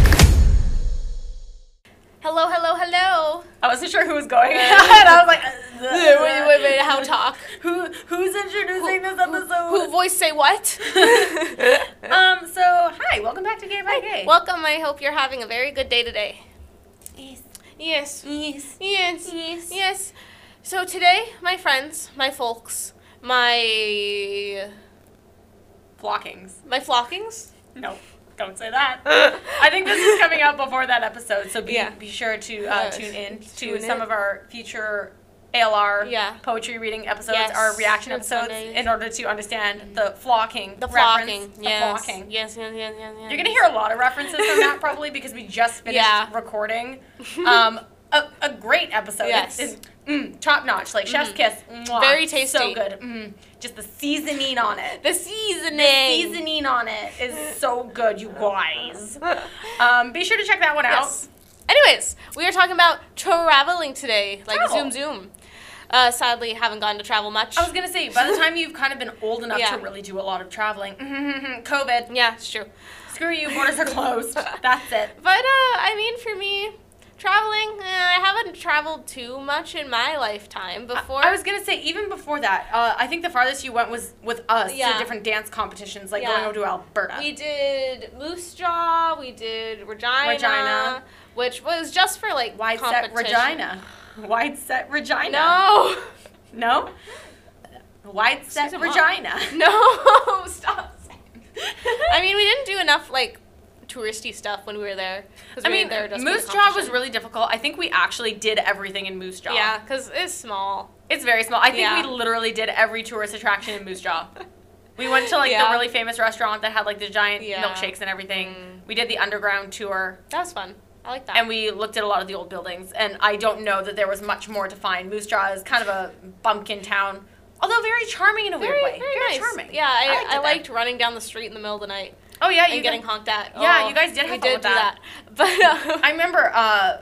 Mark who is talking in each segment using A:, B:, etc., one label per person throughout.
A: uh, introducing this
B: Who
A: episode.
B: voice say what?
A: Um, so hi, welcome back to Gay by Gay.
B: Welcome. I hope you're having a very good day today.
A: yes,
B: Yes.
A: yes,
B: Yes.
A: yes.
B: Yes. So today, my friends, my folks, my
A: Flockings.
B: my flockings.
A: No, don't say that. I think this is coming out before that episode, so be
B: Yeah.
A: be sure to uh,
B: Yes.
A: tune in to
B: Tune
A: some
B: in.
A: of our future ALR
B: Yeah.
A: poetry reading episodes,
B: Yes,
A: our reaction
B: on
A: episodes,
B: Sundays.
A: in order to understand the flocking,
B: The
A: reference,
B: flocking.
A: the
B: Yes.
A: flocking.
B: Yes. Yes. Yes. Yes. yes.
A: You're gonna hear a lot of references from that probably because we just finished
B: Yeah.
A: recording. Um, a, a great episode.
B: Yes. Mm-hmm.
A: It's, it's, mm, top notch, like chef's kiss. Mwah.
B: Very tasty.
A: So good. Mm. Just the seasoning on it.
B: the seasoning.
A: Seasoning on it is so good, you guys. Um, be sure to check that one out.
B: Yes. Anyways, we are talking about traveling today, like zoom
A: Travel.
B: zoom. Uh, sadly, haven't gone to travel much.
A: I was gonna say, by the time you've kind of been old enough
B: Yeah.
A: to really do a lot of traveling, COVID,
B: yeah, it's true.
A: screw you, borders are closed. That's it.
B: But uh, I mean, for me, traveling, eh, I haven't traveled too much in my lifetime
A: I-
B: before.
A: I was gonna say even before that, uh, I think the farthest you went was with us
B: Yeah.
A: to different dance competitions, like
B: Yeah.
A: going over to Alberta.
B: we did Moose Jaw, we did Regina,
A: Regina.
B: which was just for like
A: Wide set
B: competition.
A: Regina. Wide set Regina.
B: No,
A: No. No. Wide set
B: Susan, what?
A: Regina.
B: no, stop. I mean, we didn't do enough like touristy stuff when we were there. 'cause
A: I
B: we
A: mean,
B: were there just for the
A: Moose Jaw was
B: competition.
A: really difficult. I think we actually did everything in Moose Jaw.
B: yeah, because it's small.
A: It's very small. I think
B: Yeah.
A: we literally did every tourist attraction in Moose Jaw. We went to like
B: Yeah.
A: the really famous restaurant that had like the giant
B: Yeah.
A: milkshakes and everything.
B: Mm.
A: We did the underground tour.
B: That was fun. I like that.
A: and we looked at a lot of the old buildings and i don't know that there was much more to find moose jaw is kind of a bumpkin town although very charming in a
B: very,
A: weird way
B: very, nice.
A: charming
B: Yeah, I, I, liked,
A: it there.
B: running down the street in the middle of the night
A: oh yeah
B: and
A: you
B: getting
A: guys-
B: honked at.
A: Yeah,
B: Oh,
A: you guys did have
B: we
A: fun
B: did
A: with
B: do
A: that.
B: that. But um,
A: i remember uh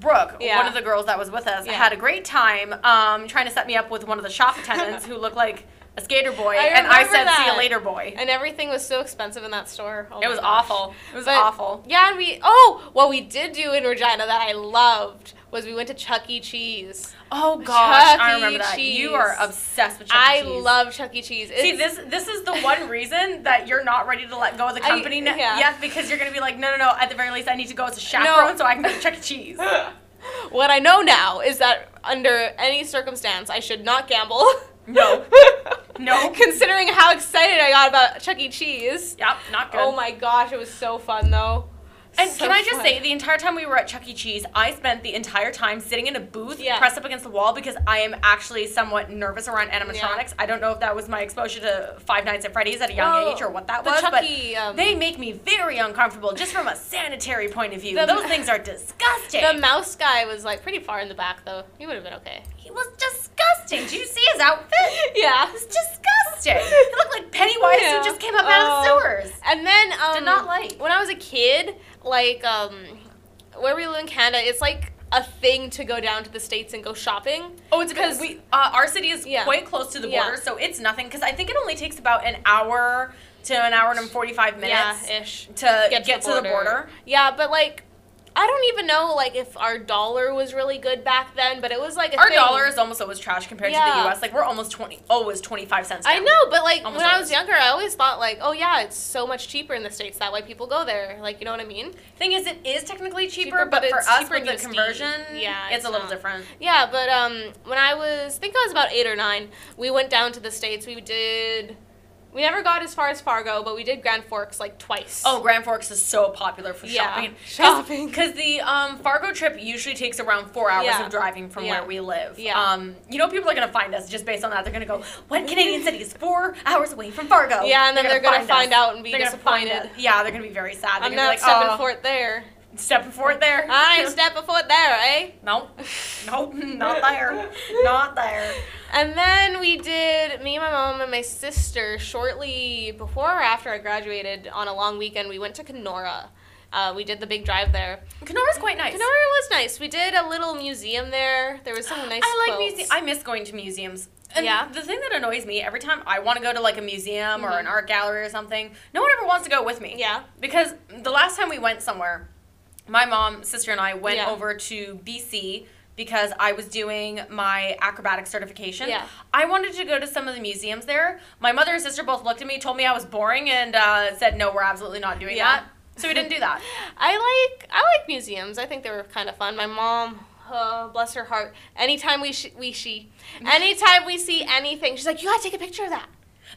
A: Brooke,
B: Yeah.
A: one of the girls that was with us,
B: Yeah.
A: had a great time um, trying to set me up with one of the shop attendants who looked like a skater boy,
B: I
A: and I
B: remember
A: said, "See
B: that.
A: you later, boy."
B: and everything was so expensive in that store. Oh
A: it
B: my
A: was
B: gosh.
A: awful. It was
B: But-
A: awful.
B: Yeah, and we oh, what we did do in Regina that I loved was we went to Chuck E. Cheese.
A: Oh gosh, I
B: E.
A: remember that. You
B: Cheese.
A: are obsessed with Chuck E.
B: I
A: Cheese.
B: love Chuck E. Cheese. It's,
A: See, this this is the one reason that you're not ready to let go of the
B: I-
A: company n-
B: yeah.
A: yet because you're gonna be like, no, no, no. At the very least, I need to go as a chaperone so I can go to Chuck E. Cheese.
B: what I know now is that under any circumstance I should not gamble.
A: No. No.
B: Considering how excited I got about Chuck E. Cheese.
A: Yep, not good.
B: Oh my gosh, it was so fun though.
A: And
B: So
A: can I just
B: fun.
A: say, the entire time we were at Chuck E. Cheese, I spent the entire time sitting in a booth,
B: Yeah.
A: pressed up against the wall, because I am actually somewhat nervous around animatronics. I don't know if that was my exposure to Five Nights at Freddy's at a young
B: Well,
A: age or what that
B: the
A: was,
B: Chuck
A: but
B: E. Um,
A: they make me very uncomfortable just from a sanitary point of view.
B: The-
A: Those things are disgusting.
B: the mouse guy was like pretty far in the back though. He would have been okay.
A: He was disgusting. Did you see his outfit?
B: Yeah.
A: It was disgusting. He looked like Pennywise
B: Yeah.
A: who just came up out
B: Oh.
A: of the sewers.
B: And then um,
A: Did not like.
B: when I was a kid, like um, where we live in Canada, it's like a thing to go down to the states and go shopping.
A: Oh, it's because we uh, our city is
B: Yeah.
A: quite close to the
B: Yeah.
A: border, so it's nothing. Because I think it only takes about an hour to an hour and forty-five minutes
B: Yeah, ish.
A: to get, to, the, border.
B: Yeah, but like. I don't even know like if our dollar was really good back then, but it was like a
A: Our
B: thing.
A: dollar is almost always trash compared to
B: Yeah.
A: the U.S. Like we're almost twenty, always twenty-five cents.
B: I
A: now.
B: know, but like
A: Almost
B: when I
A: always.
B: was younger, I always thought like, oh yeah, it's so much cheaper in the states. That way people go there. Like you know what I mean?
A: Thing is, it is technically cheaper,
B: Cheaper,
A: but,
B: but
A: for
B: it's
A: us
B: cheaper
A: with the
B: USD.
A: conversion,
B: Yeah,
A: it's,
B: it's
A: a little
B: not.
A: different.
B: Yeah, but um, when I was, I think I was about eight or nine, we went down to the states. We did, we never got as far as Fargo, but we did Grand Forks like twice.
A: Oh, Grand Forks is so popular for
B: Yeah.
A: shopping.
B: Shopping.
A: Because the um, Fargo trip usually takes around four hours
B: Yeah.
A: of driving from
B: Yeah.
A: where we live.
B: Yeah.
A: Um, you know, people are going to find us just based on that. They're going to go, when Canadian City is four hours away from Fargo.
B: Yeah, and then they're gonna
A: us.
B: find out and be
A: They're gonna find
B: disappointed.
A: us. yeah, they're going to be very sad.
B: I'm
A: They're gonna
B: not
A: be like,
B: stepping
A: "Oh,
B: forth there.
A: Stepping forward there.
B: I ain't stepping forth there, eh?
A: no, no, not there. Not there.
B: And then we did me, my mom, and my sister. Shortly before or after I graduated, on a long weekend, we went to Kenora. Uh, we did the big drive there.
A: Canora's quite nice.
B: Kenora was nice. We did a little museum there. There was some nice.
A: I like
B: quilts.
A: museums. I miss going to museums. And
B: Yeah.
A: The thing that annoys me every time I want to go to like a museum or an art gallery or something, no one ever wants to go with me.
B: Mm-hmm. Yeah.
A: Because the last time we went somewhere, my mom, sister, and I went
B: Yeah.
A: over to BC because I was doing my acrobatic certification.
B: Yeah.
A: I wanted to go to some of the museums there. My mother and sister both looked at me, told me I was boring, and uh, said, no, we're absolutely not doing
B: Yeah.
A: that. So we didn't do that.
B: I like I like museums. I think they were kind of fun. My mom, uh, bless her heart, anytime we sh- we she, anytime we see anything, she's like, "You gotta take a picture of that."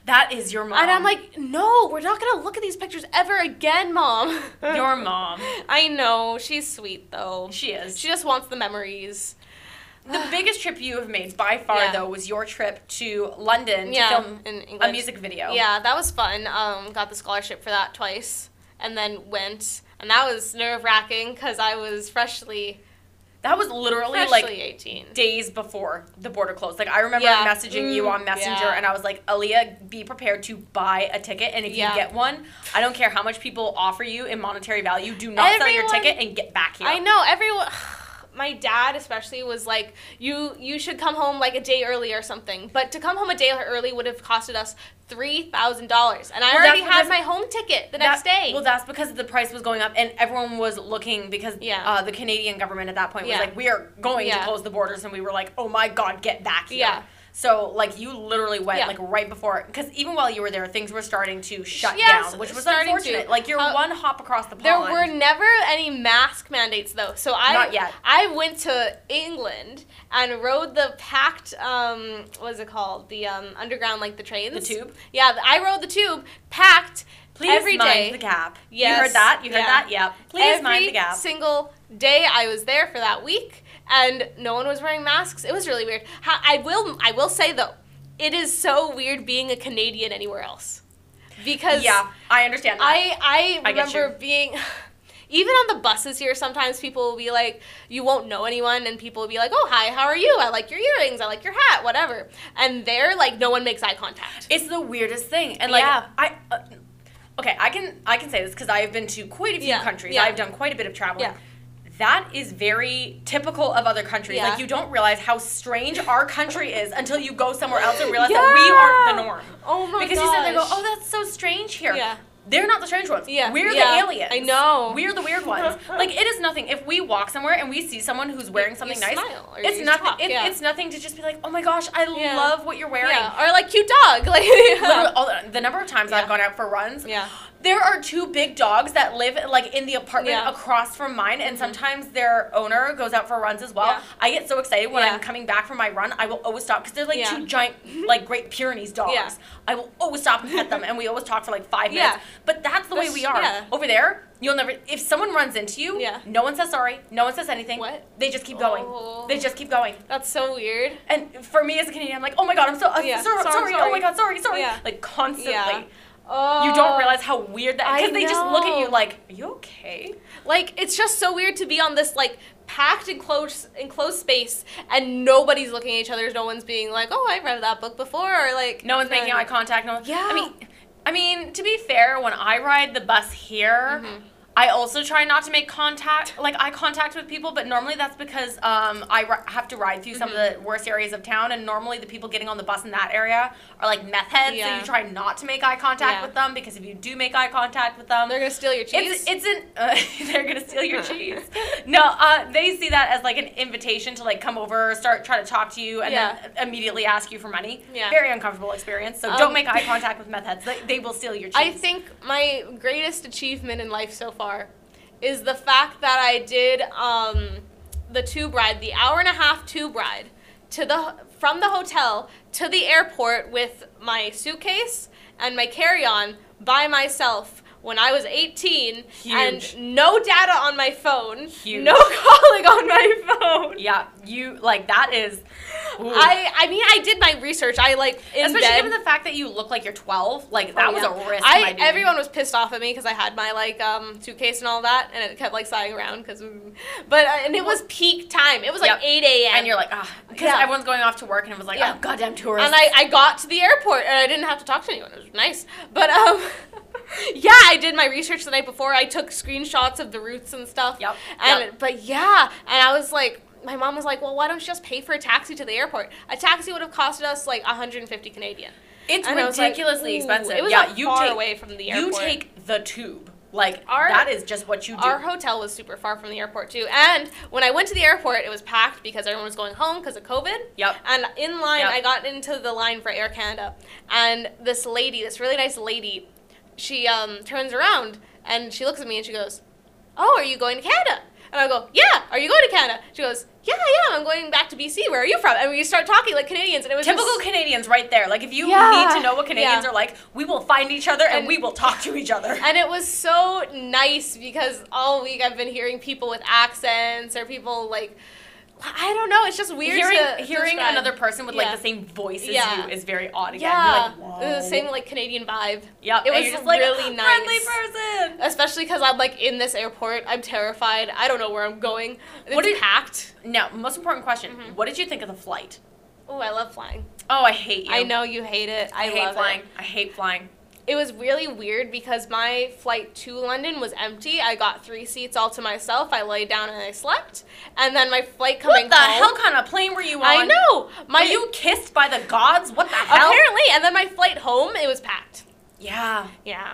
A: That is your mom.
B: And I'm like, "No, we're not gonna look at these pictures ever again, mom."
A: your mom.
B: I know she's sweet though.
A: She is.
B: She just wants the memories.
A: the biggest trip you have made by far,
B: Yeah.
A: though, was your trip to London to
B: yeah,
A: film
B: in England.
A: a music video.
B: Yeah, that was fun. Um, got the scholarship for that twice, and then went, and that was nerve wracking because I was freshly,
A: That was literally
B: freshly
A: like
B: eighteen.
A: days before the border closed. Like I remember
B: Yeah.
A: messaging you
B: Mm,
A: on Messenger,
B: yeah.
A: and I was like, "Aaliyah, be prepared to buy a ticket, and if
B: Yeah.
A: you get one, I don't care how much people offer you in monetary value, do not sell your
B: Everyone-
A: ticket and get back here."
B: I know everyone. My dad especially was like, "You you should come home like a day early or something." But to come home a day early would have costed us three thousand dollars, and I
A: Well,
B: already
A: that's
B: had
A: because-
B: my home ticket the next
A: That-
B: day.
A: Well, that's because the price was going up, and everyone was looking because
B: Yeah.
A: uh, the Canadian government at that point was
B: Yeah.
A: like, "We are going
B: Yeah.
A: to close the borders," and we were like, "Oh my God, get back here!"
B: Yeah.
A: So like you literally went
B: Yeah.
A: like right before because even while you were there, things were starting to shut
B: Yes,
A: down, which was
B: starting to.
A: unfortunate. Like you're
B: Uh,
A: one hop across the pond.
B: There were never any mask mandates though, so I
A: Not yet.
B: I went to England and rode the packed um what is it called the um underground like the trains
A: The tube?
B: Yeah, th- I rode the tube packed
A: Please
B: every
A: mind
B: day.
A: the gap. You
B: Yes.
A: heard that? You heard
B: Yeah.
A: that? Yep. Please
B: every
A: mind the gap.
B: single day I was there for that week, and no one was wearing masks. It was really weird. How, I will I will say though, it is so weird being a Canadian anywhere else, because
A: yeah, I understand. That.
B: I I
A: I get
B: remember being even on the buses here sometimes people will be like you won't know anyone and people will be like oh hi how are you I like your earrings I like your hat whatever and they're like no one makes eye contact
A: It's the weirdest thing, and like
B: Yeah.
A: I. Uh, okay, I can I can say this because I have been to quite a few
B: Yeah,
A: countries.
B: yeah.
A: I've done quite a bit of traveling.
B: Yeah.
A: That is very typical of other countries.
B: Yeah.
A: Like you don't realize how strange our country is until you go somewhere else and realize that we aren't the
B: Yeah.
A: norm.
B: oh my
A: because
B: gosh.
A: you sit there and go, oh, that's so strange here.
B: Yeah.
A: They're not the strange ones.
B: Yeah,
A: We're
B: yeah,
A: the aliens.
B: I know.
A: We're the weird ones. like it is nothing. If we walk somewhere and we see someone who's wearing something nice,
B: smile or
A: it's
B: you
A: nothing.
B: talk,
A: it-
B: yeah.
A: It's nothing to just be like, oh my gosh, I
B: Yeah.
A: love what you're wearing.
B: yeah or like cute dog like
A: Literally, all the, the number of times
B: Yeah.
A: I've gone out for runs,
B: Yeah.
A: there are two big dogs that live like in the apartment
B: Yeah. Mm-hmm.
A: across from mine, and sometimes their owner goes out for runs as well.
B: Yeah.
A: I get so excited when
B: Yeah.
A: I'm coming back from my run. I will always stop because they're like
B: Yeah. Mm-hmm.
A: two giant, like Great Pyrenees dogs.
B: Yeah.
A: I will always stop and pet them, and we always talk for like five
B: Yeah.
A: minutes. But that's the
B: That's-
A: way we are
B: yeah.
A: over there. You'll never. If someone runs into you,
B: Yeah.
A: no one says sorry. No one says anything.
B: What?
A: They just keep going.
B: Oh.
A: They just keep going.
B: that's so weird
A: And for me as a Canadian, I'm like, oh my god, I'm so, I'm
B: Yeah.
A: so
B: So- I'm
A: sorry,
B: sorry.
A: Oh my god, sorry, sorry.
B: Yeah.
A: Like constantly.
B: Yeah. oh
A: You don't realize how weird that
B: I
A: because they just look at
B: know.
A: you like, are you okay?
B: Like it's just so weird to be on this like packed enclosed enclosed space and nobody's looking at each other. No one's being like, "Oh, I read that book before," or like
A: No one's making
B: uh,
A: eye contact. No one.
B: Yeah.
A: I mean, I mean to be fair, when I ride the bus here.
B: Mm-hmm.
A: I also try not to make contact, like eye contact with people, but normally that's because um, I ri- have to ride through some of the
B: Mm-hmm.
A: worst areas of town, and normally the people getting on the bus in that area are like meth heads, so
B: Yeah.
A: you try not to make eye contact
B: Yeah.
A: with them because if you do make eye contact with them,
B: They're gonna steal your cheese.
A: It's, it's an uh, they're gonna steal your cheese. No, uh, they see that as like an invitation to like come over, start try to talk to you, and then immediately ask you for money.
B: Yeah.
A: Very uncomfortable experience. So
B: Um,
A: don't make eye contact with meth heads. They, they will steal your cheese.
B: I think my greatest achievement in life so far is the fact that I did um, the tube ride, the hour and a half tube ride to the from the hotel to the airport with my suitcase and my carry-on by myself when I was 18
A: Huge.
B: and no data on my phone,
A: Huge.
B: no calling on my phone.
A: yeah, you like that is. Ooh.
B: I, I mean I did my research. I like in
A: especially
B: bed-
A: given the fact that you look like you're 12. Like that
B: Oh,
A: was
B: yeah.
A: a risk. my
B: I
A: dude.
B: everyone was pissed off at me because I had my like um suitcase and all that, and it kept like sliding around because. But uh, and it was peak time. It was like
A: Yep.
B: eight a.m.
A: and you're like ah because
B: Yeah.
A: everyone's going off to work, and it was like
B: Yeah.
A: oh goddamn tourists.
B: and I, I got to the airport and I didn't have to talk to anyone. It was nice. But um yeah, I did my research the night before. I took screenshots of the routes and stuff.
A: Yep,
B: And
A: yep.
B: but yeah, and I was like my mom was like, "Well, why don't you just pay for a taxi to the airport? A taxi would have costed us like 150 Canadian."
A: it's
B: And I was like,
A: ridiculously
B: "Ooh."
A: expensive.
B: It was
A: yeah,
B: not
A: you
B: far
A: take
B: away from the airport.
A: you take the tube. Like
B: Our-
A: that is just what you do.
B: Our hotel was super far from the airport too, and when I went to the airport, it was packed because everyone was going home because of COVID.
A: Yep.
B: And in line,
A: Yep.
B: I got into the line for Air Canada, and this lady, this really nice lady, she um, turns around and she looks at me and she goes, "Oh, are you going to Canada?" And I go, "Yeah, are you going to Canada?" She goes, "Yeah, yeah, I'm going back to BC. Where are you from?" And we start talking like Canadians, and it was
A: Typical
B: just-
A: Canadians, right there. Like, if you
B: Yeah.
A: need to know what Canadians
B: Yeah.
A: are like, we will find each other and,
B: And-
A: we will talk to each other.
B: And it was so nice because all week I've been hearing people with accents or people like I don't know. It's just weird
A: hearing
B: to- to
A: hearing
B: describe.
A: another person with
B: Yeah.
A: like the same voice as
B: Yeah.
A: you is very odd again.
B: Yeah,
A: You're like,
B: it
A: Whoa.
B: was the same like Canadian vibe.
A: Yep.
B: It
A: and
B: was
A: you're just like,
B: really nice.
A: Friendly person.
B: Especially because I'm like in this airport. I'm terrified. I don't know where I'm going. It's
A: What did-
B: packed.
A: Now, most important question:
B: Mm-hmm.
A: What did you think of the flight?
B: Oh, I love flying.
A: Oh, I hate you.
B: I know you hate it. I,
A: I, hate
B: love
A: flying.
B: It.
A: I hate flying.
B: it was really weird because my flight to London was empty. I got three seats all to myself. I lay down and I slept. And then my flight coming
A: What the
B: home.
A: hell kind of plane were you on?
B: I know. My
A: Were you kissed by the gods? What the hell?
B: apparently, and then my flight home, it was packed.
A: Yeah.
B: Yeah.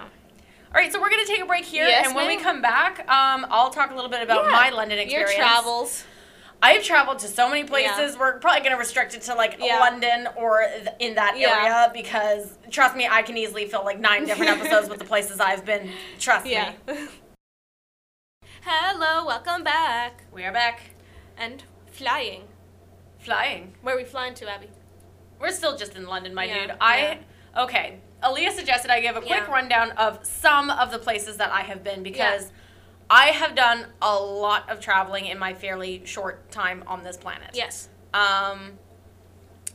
A: All right, so we're gonna take a break here,
B: Yes,
A: and when we
B: ma'am.
A: come back, um, I'll talk a little bit about
B: Yeah.
A: my London experience.
B: Your travels.
A: I've traveled to so many
B: Yeah.
A: places. We're probably going to restrict it to like
B: Yeah.
A: London or th- in that
B: Yeah.
A: area because trust me, I can easily fill like nine different episodes with the places I've been. Trust
B: Yeah.
A: me.
B: Hello, welcome back.
A: We are back
B: And flying.
A: flying.
B: Where are we flying to, Abby?
A: We're still just in London, my
B: Yeah.
A: dude. I okay. Aaliyah suggested I give a quick
B: Yeah.
A: rundown of some of the places that I have been because I have done a lot of traveling in my fairly short time on this planet.
B: Yes.
A: Um,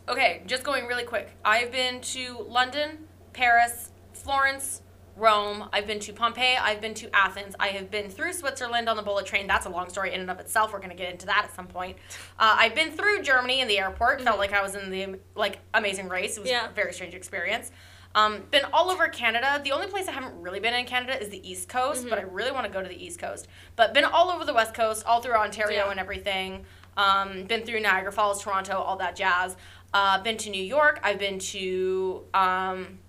A: okay, just going really quick. I've been to London, Paris, Florence, Rome. I've been to Pompeii. I've been to Athens. I have been through Switzerland on the bullet train. That's a long story in and of itself. We're gonna get into that at some point. Uh, I've been through Germany in the airport. Felt like I was in the like Amazing Race. It was
B: Yeah.
A: a very strange experience. Um, been all over Canada. The only place I haven't really been in Canada is the East Coast, but I
B: Mm-hmm.
A: really want to go to the East Coast. But been all over the West Coast, all through Ontario
B: Yeah.
A: and everything. Um, been through Niagara Falls, Toronto, all that jazz. Uh, been to New York. I've been to um,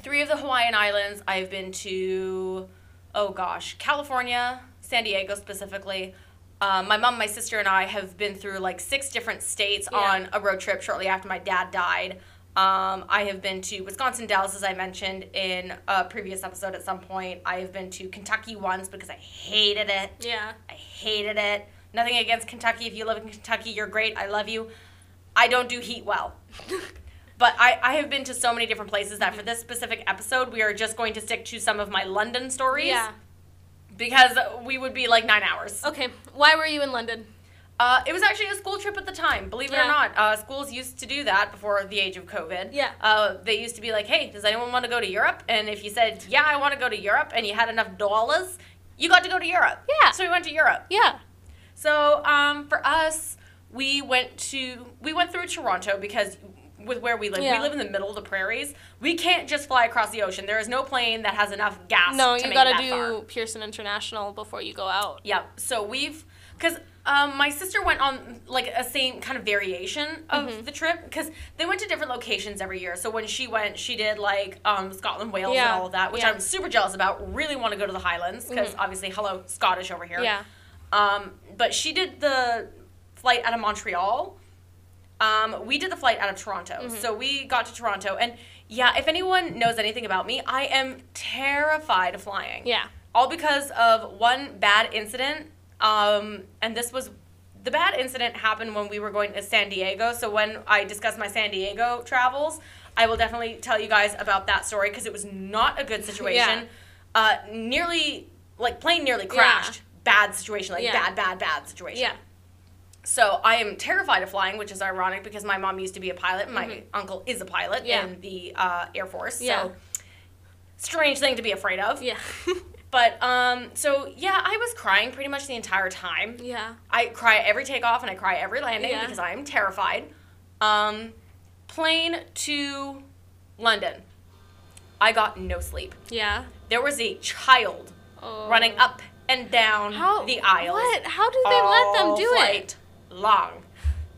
A: three of the Hawaiian Islands. I've been to, oh gosh, California, San Diego specifically. Uh, my mom, my sister, and I have been through like six different states
B: Yeah.
A: on a road trip shortly after my dad died. Um, I have been to Wisconsin, Dallas, as I mentioned in a previous episode at some point. I have been to Kentucky once because I hated it.
B: Yeah.
A: I hated it. Nothing against Kentucky. If you live in Kentucky, you're great. I love you. I don't do heat well. But I, I have been to so many different places that for this specific episode, we are just going to stick to some of my London stories.
B: yeah.
A: Because we would be like nine hours.
B: Okay. Why were you in London?
A: Uh, it was actually a school trip at the time, believe it
B: Yeah.
A: or not. Uh, schools used to do that before the age of COVID.
B: Yeah.
A: Uh, they used to be like, hey, does anyone want to go to Europe? And if you said, yeah, I want to go to Europe, and you had enough dollars, you got to go to Europe.
B: Yeah.
A: So we went to Europe.
B: Yeah.
A: So um, for us, we went to we went through Toronto because with where we live,
B: Yeah.
A: we live in the middle of the prairies. We can't just fly across the ocean. There is no plane that has enough gas.
B: No,
A: to
B: you
A: make
B: gotta
A: that
B: do
A: far.
B: Pearson International before you go out.
A: Yep. So we've because um, my sister went on like a same kind of variation of
B: Mm-hmm.
A: the trip because they went to different locations every year. So when she went, she did like um, Scotland, Wales,
B: Yeah.
A: and all of that, which
B: Yeah. Mm-hmm.
A: I'm super jealous about. Really want to go to the Highlands because obviously, hello, Scottish over here.
B: Yeah.
A: Um, but she did the flight out of Montreal. Um, we did the flight out of Toronto.
B: Mm-hmm.
A: So we got to Toronto. And yeah, if anyone knows anything about me, I am terrified of flying.
B: Yeah.
A: All because of one bad incident. Um, and this was the bad incident happened when we were going to San Diego. So when I discuss my San Diego travels, I will definitely tell you guys about that story because it was not a good situation. Uh, nearly, like, plane nearly crashed. Bad situation, like
B: Yeah.
A: bad, bad, bad situation.
B: Yeah.
A: So I am terrified of flying, which is ironic because my mom used to be a pilot. and My uncle is a pilot
B: Mm-hmm. Yeah.
A: in the uh, Air Force.
B: Yeah.
A: So strange thing to be afraid of.
B: Yeah.
A: But um, so yeah, I was crying pretty much the entire time.
B: yeah.
A: I cry every takeoff and I cry every landing
B: Yeah.
A: because I am terrified. Um, plane to London. I got no sleep.
B: Yeah.
A: There was a child
B: Oh.
A: running up and down
B: How
A: the aisles.
B: What? How do they let them
A: all
B: do it?
A: flight Long.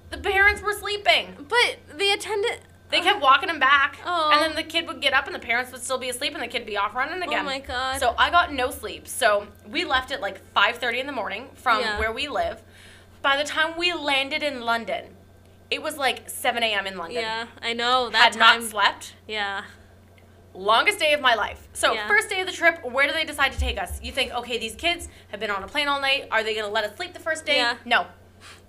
A: The parents were sleeping.
B: But the attendant.
A: They kept walking him back,
B: Oh.
A: and then the kid would get up, and the parents would still be asleep, and the kid be off running again.
B: Oh my god.
A: So I got no sleep. So we left at like 5:30 in the morning from
B: Yeah.
A: where we live. By the time we landed in London, it was like 7 a.m. in London.
B: yeah, I know that
A: Had
B: time.
A: not slept.
B: yeah.
A: Longest day of my life. So
B: Yeah.
A: first day of the trip, where do they decide to take us? You think, okay, these kids have been on a plane all night. Are they gonna let us sleep the first day?
B: Yeah.
A: No.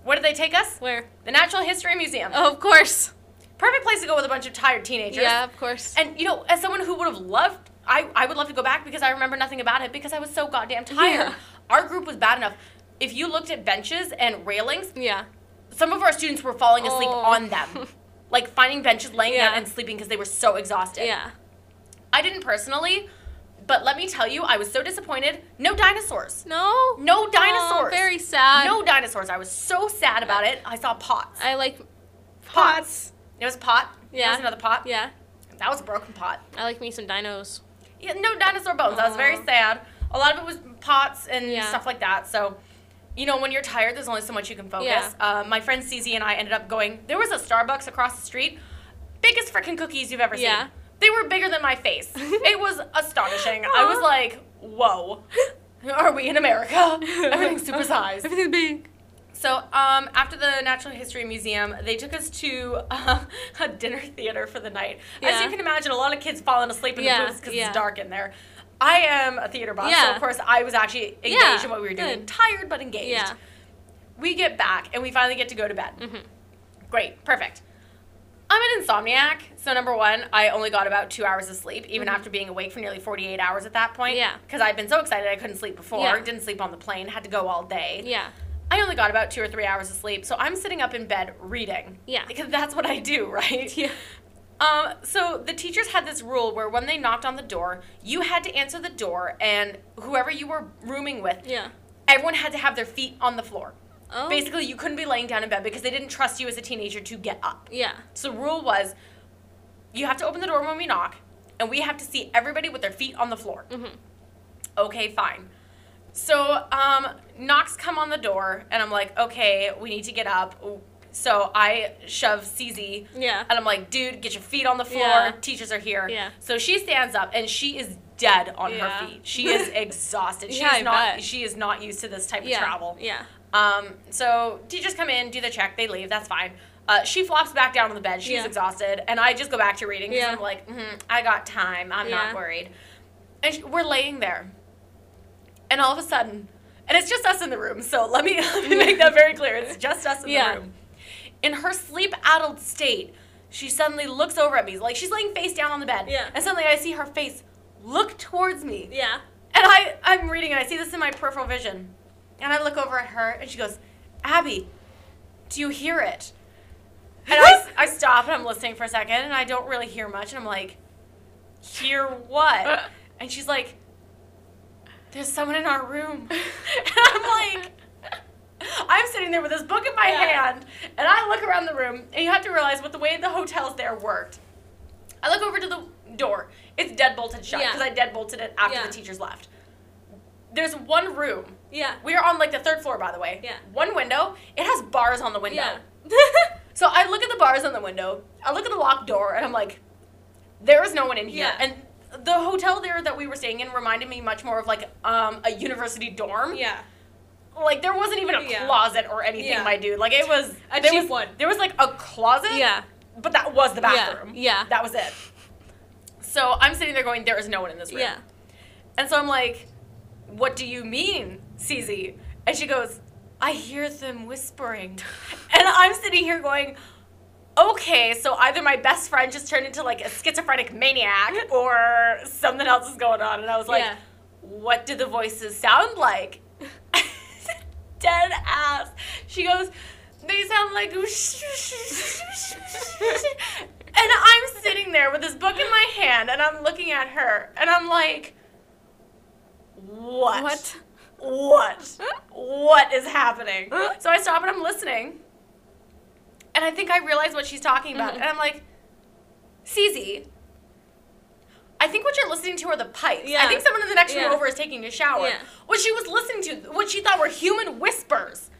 A: Where do they take us?
B: Where?
A: The Natural History Museum.
B: Oh, of course.
A: Perfect place to go with a bunch of tired teenagers.
B: Yeah, of course.
A: And you know, as someone who would have loved, I, I would love to go back because I remember nothing about it because I was so goddamn tired.
B: Yeah.
A: Our group was bad enough. If you looked at benches and railings,
B: yeah.
A: some of our students were falling asleep
B: Oh.
A: on them. Like finding benches, laying
B: Yeah.
A: down, and sleeping because they were so exhausted.
B: Yeah.
A: I didn't personally, but let me tell you, I was so disappointed. No dinosaurs.
B: No.
A: No
B: Oh,
A: dinosaurs.
B: very sad.
A: no dinosaurs. I was so sad about it. I saw pots.
B: I like
A: Pots. It was a pot. It
B: Yeah.
A: was another pot.
B: Yeah.
A: That was a broken pot.
B: I like me some dinos.
A: Yeah, no dinosaur bones. I was very
B: Aw.
A: sad. A lot of it was pots and
B: Uh-huh. Yeah.
A: stuff like that. So, you know, when you're tired, there's only so much you can focus.
B: Yeah.
A: Uh, my friend Cece and I ended up going. There was a Starbucks across the street. Biggest freaking cookies you've ever
B: Yeah.
A: seen. They were bigger than my face. it was astonishing. I was
B: Aw.
A: like, whoa. Are we in America? Everything's supersized.
B: Everything's big.
A: So, um, after the Natural History Museum, they took us to uh, a dinner theater for the night. As
B: Yeah.
A: you can imagine, a lot of kids falling asleep in
B: Yeah,
A: the booths because
B: yeah.
A: it's dark in there. I am a theater buff, so
B: Yeah.
A: of course I was actually engaged
B: Yeah,
A: in what we were doing.
B: good.
A: Tired but engaged.
B: Yeah.
A: We get back and we finally get to go to bed.
B: hmm
A: Great, perfect. I'm an insomniac, so number one, I only got about two hours of sleep, even after being awake for nearly 48 hours at that point.
B: Mm-hmm. Yeah.
A: Because I'd been so excited I couldn't sleep before,
B: Yeah.
A: didn't sleep on the plane, had to go all day.
B: Yeah.
A: I only got about two or three hours of sleep, so I'm sitting up in bed reading.
B: Yeah.
A: Because that's what I do, right?
B: Yeah.
A: Um, so the teachers had this rule where when they knocked on the door, you had to answer the door, and whoever you were rooming with,
B: Yeah.
A: everyone had to have their feet on the floor.
B: Oh.
A: Basically, you couldn't be laying down in bed because they didn't trust you as a teenager to get up.
B: Yeah.
A: So the rule was you have to open the door when we knock, and we have to see everybody with their feet on the floor.
B: Mhm.
A: Okay, fine. So um, knocks come on the door, and I'm like, okay, we need to get up. So I shove CZ,
B: Yeah.
A: and I'm like, dude, get your feet on the floor.
B: Yeah.
A: Teachers are here.
B: Yeah.
A: So she stands up, and she is dead on
B: Yeah.
A: her feet. She is exhausted. She
B: Yeah,
A: is
B: I
A: not.
B: bet.
A: She is not used to this type
B: yeah.
A: of travel.
B: Yeah.
A: Um, so teachers come in, do the check, they leave. That's fine. Uh, she flops back down on the bed. She's
B: Yeah.
A: exhausted, and I just go back to reading because
B: Yeah.
A: I'm like, mm, I got time. I'm
B: Yeah.
A: not worried. And sh we're laying there, and all of a sudden, and it's just us in the room. So let me, let me make that very clear. It's just us in
B: Yeah.
A: the room. In her sleep-addled state, she suddenly looks over at me, like she's laying face down on the bed.
B: Yeah.
A: And suddenly, I see her face look towards me.
B: Yeah.
A: And I, I'm reading and I see this in my peripheral vision. And I look over at her and she goes, Abby, do you hear it? And I, s- I stop and I'm listening for a second and I don't really hear much. And I'm like, hear what? And she's like, there's someone in our room. And I'm like, I'm sitting there with this book in my
B: Yeah.
A: hand and I look around the room and you have to realize what the way the hotels there worked. I look over to the door. It's dead bolted shut
B: Yeah.
A: because I dead bolted it after
B: Yeah.
A: the teachers left. There's one room.
B: Yeah.
A: We are on like the third floor, by the way.
B: Yeah.
A: One window. It has bars on the window.
B: Yeah.
A: So I look at the bars on the window. I look at the locked door, and I'm like, there is no one in here.
B: Yeah.
A: And the hotel there that we were staying in reminded me much more of like um, a university dorm.
B: yeah.
A: Like there wasn't even a
B: Yeah.
A: closet or anything,
B: Yeah.
A: my dude. Like it was
B: A
A: there
B: cheap
A: was,
B: one.
A: There was like a closet.
B: Yeah.
A: But that was the
B: Yeah,
A: bathroom.
B: yeah.
A: That was it. So I'm sitting there going, there is no one in this room.
B: Yeah.
A: And so I'm like, what do you mean, CZ? And she goes, I hear them whispering. and I'm sitting here going, okay, so either my best friend just turned into like a schizophrenic maniac or something else is going on. And I was like,
B: Yeah.
A: what do the voices sound like? Dead ass. She goes, they sound like. and I'm sitting there with this book in my hand and I'm looking at her and I'm like, what?
B: What?
A: What? What is happening? So I stop and I'm listening. And I think I realize what she's talking about.
B: Mhm.
A: And I'm like, CZ, I think what you're listening to are the pipes. I
B: Yeah.
A: think someone in the next room
B: Yeah.
A: over is taking a shower.
B: Yeah.
A: What she was listening to, what she thought were human whispers,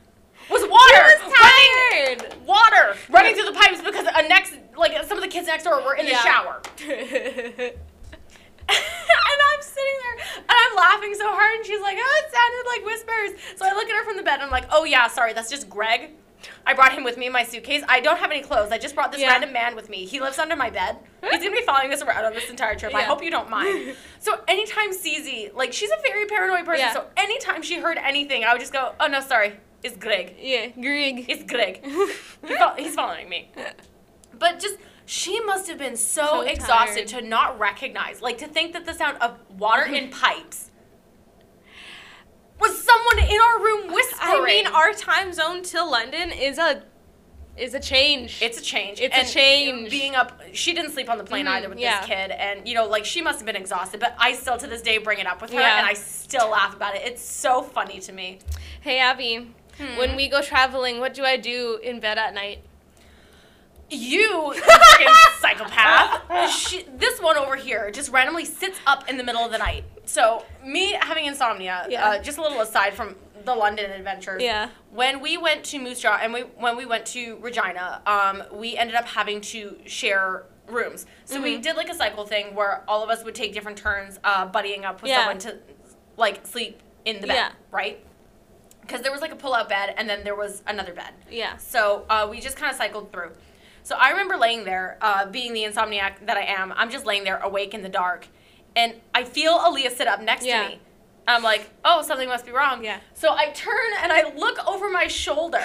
A: was water running,
B: tired.
A: water running through the pipes because a next, like some of the kids next door were in the
B: Yeah.
A: shower. and I'm sitting there and I'm laughing so hard, and she's like, "Oh, it sounded like whispers." So I look at her from the bed, and I'm like, "Oh yeah, sorry, that's just Greg. I brought him with me in my suitcase. I don't have any clothes. I just brought this
B: Yeah.
A: random man with me. He lives under my bed. He's gonna be following us around on this entire trip. I
B: Yeah.
A: hope you don't mind." So anytime CZ, like she's a very paranoid person,
B: Yeah.
A: so anytime she heard anything, I would just go, "Oh no, sorry, it's Greg.
B: yeah, Greg.
A: It's Greg. He fol- he's following me." But just she must have been so,
B: So
A: exhausted to not recognize, like to think that the sound of water in pipes was someone in our room whispering.
B: I mean, our time zone to London is a is a change.
A: it's a change.
B: It's a
A: And
B: change.
A: Being up, she didn't sleep on the plane
B: Mhm,
A: either with
B: yeah.
A: this kid, and you know, like she must have been exhausted. But I still to this day bring it up with her,
B: Yeah.
A: and I still laugh about it. It's so funny to me.
B: hey Abby, when we go traveling, what do I do in bed at night?
A: You freaking psychopath. She, this one over here just randomly sits up in the middle of the night. So, me having insomnia,
B: Yeah.
A: uh, just a little aside from the London adventures.
B: Yeah.
A: When we went to Moose Jaw and we when we went to Regina, um, we ended up having to share rooms. So
B: Mm-hmm.
A: we did like a cycle thing where all of us would take different turns uh, buddying up with
B: Yeah.
A: someone to like sleep in the bed,
B: Yeah.
A: right? Because there was like a pull-out bed and then there was another bed.
B: Yeah.
A: So uh, we just kind of cycled through. So I remember laying there, uh, being the insomniac that I am. I'm just laying there awake in the dark, and I feel Aaliyah sit up next
B: Yeah.
A: to me. I'm like, oh, something must be wrong.
B: Yeah.
A: So I turn and I look over my shoulder,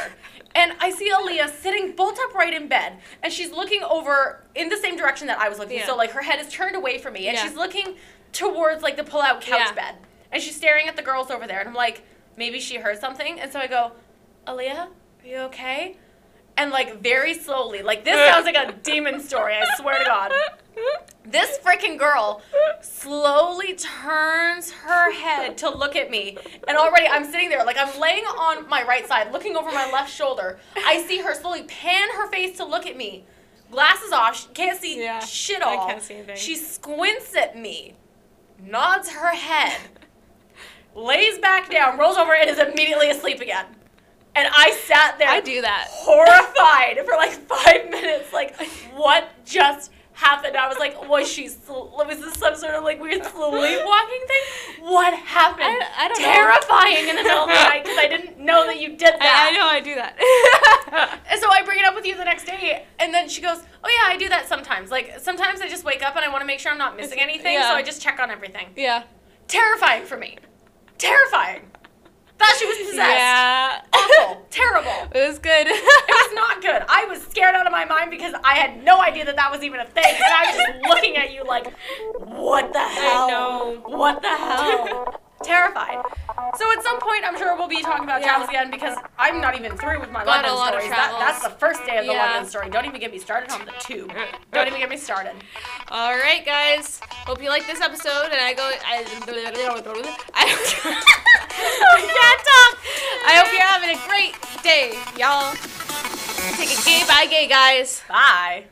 A: and I see Aaliyah sitting bolt upright in bed, and she's looking over in the same direction that I was looking.
B: Yeah.
A: So like her head is turned away from me, and
B: Yeah.
A: she's looking towards like the pull-out couch
B: Yeah.
A: bed, and she's staring at the girls over there, and I'm like, maybe she heard something, and so I go, Aaliyah, are you okay? And like very slowly, like this sounds like a demon story, I swear to God. This freaking girl slowly turns her head to look at me. And already I'm sitting there, like I'm laying on my right side, looking over my left shoulder. I see her slowly pan her face to look at me. Glasses off, she can't see
B: Yeah,
A: shit
B: I
A: all.
B: can't see anything.
A: She squints at me, nods her head, lays back down, rolls over, and is immediately asleep again. And I sat there
B: I do that.
A: horrified for like five minutes. Like, what just happened? I was like, was she? Sl- was this some sort of like weird sleepwalking thing? What happened?
B: I- I don't know.
A: Terrifying in the middle of the night because I didn't know that you did
B: I, I
A: that.
B: know I do that.
A: And so I bring it up with you the next day, and then she goes, "Oh yeah, I do that sometimes. Like sometimes I just wake up and I want to make sure I'm not missing anything,
B: yeah.
A: so I just check on everything."
B: yeah.
A: Terrifying for me. Terrifying. Thought she was possessed.
B: Yeah.
A: Awful. Terrible.
B: It was good.
A: It was not good. I was scared out of my mind because I had no idea that that was even a thing. And I was just looking at you like, what the hell?
B: know.
A: What the hell? Terrified. So at some point, I'm sure we'll be talking about
B: Yeah.
A: travels again because I'm not even through with my
B: Got
A: London
B: a lot of
A: stories. That,
B: travels.
A: that's the first day of the
B: Yeah.
A: London story. Don't even get me started on the tube. Don't even get me started.
B: All right, guys. Hope you like this episode. And I go. I, I, I can't talk. I hope you're having a great day, y'all. Take it gay by gay, guys.
A: Bye.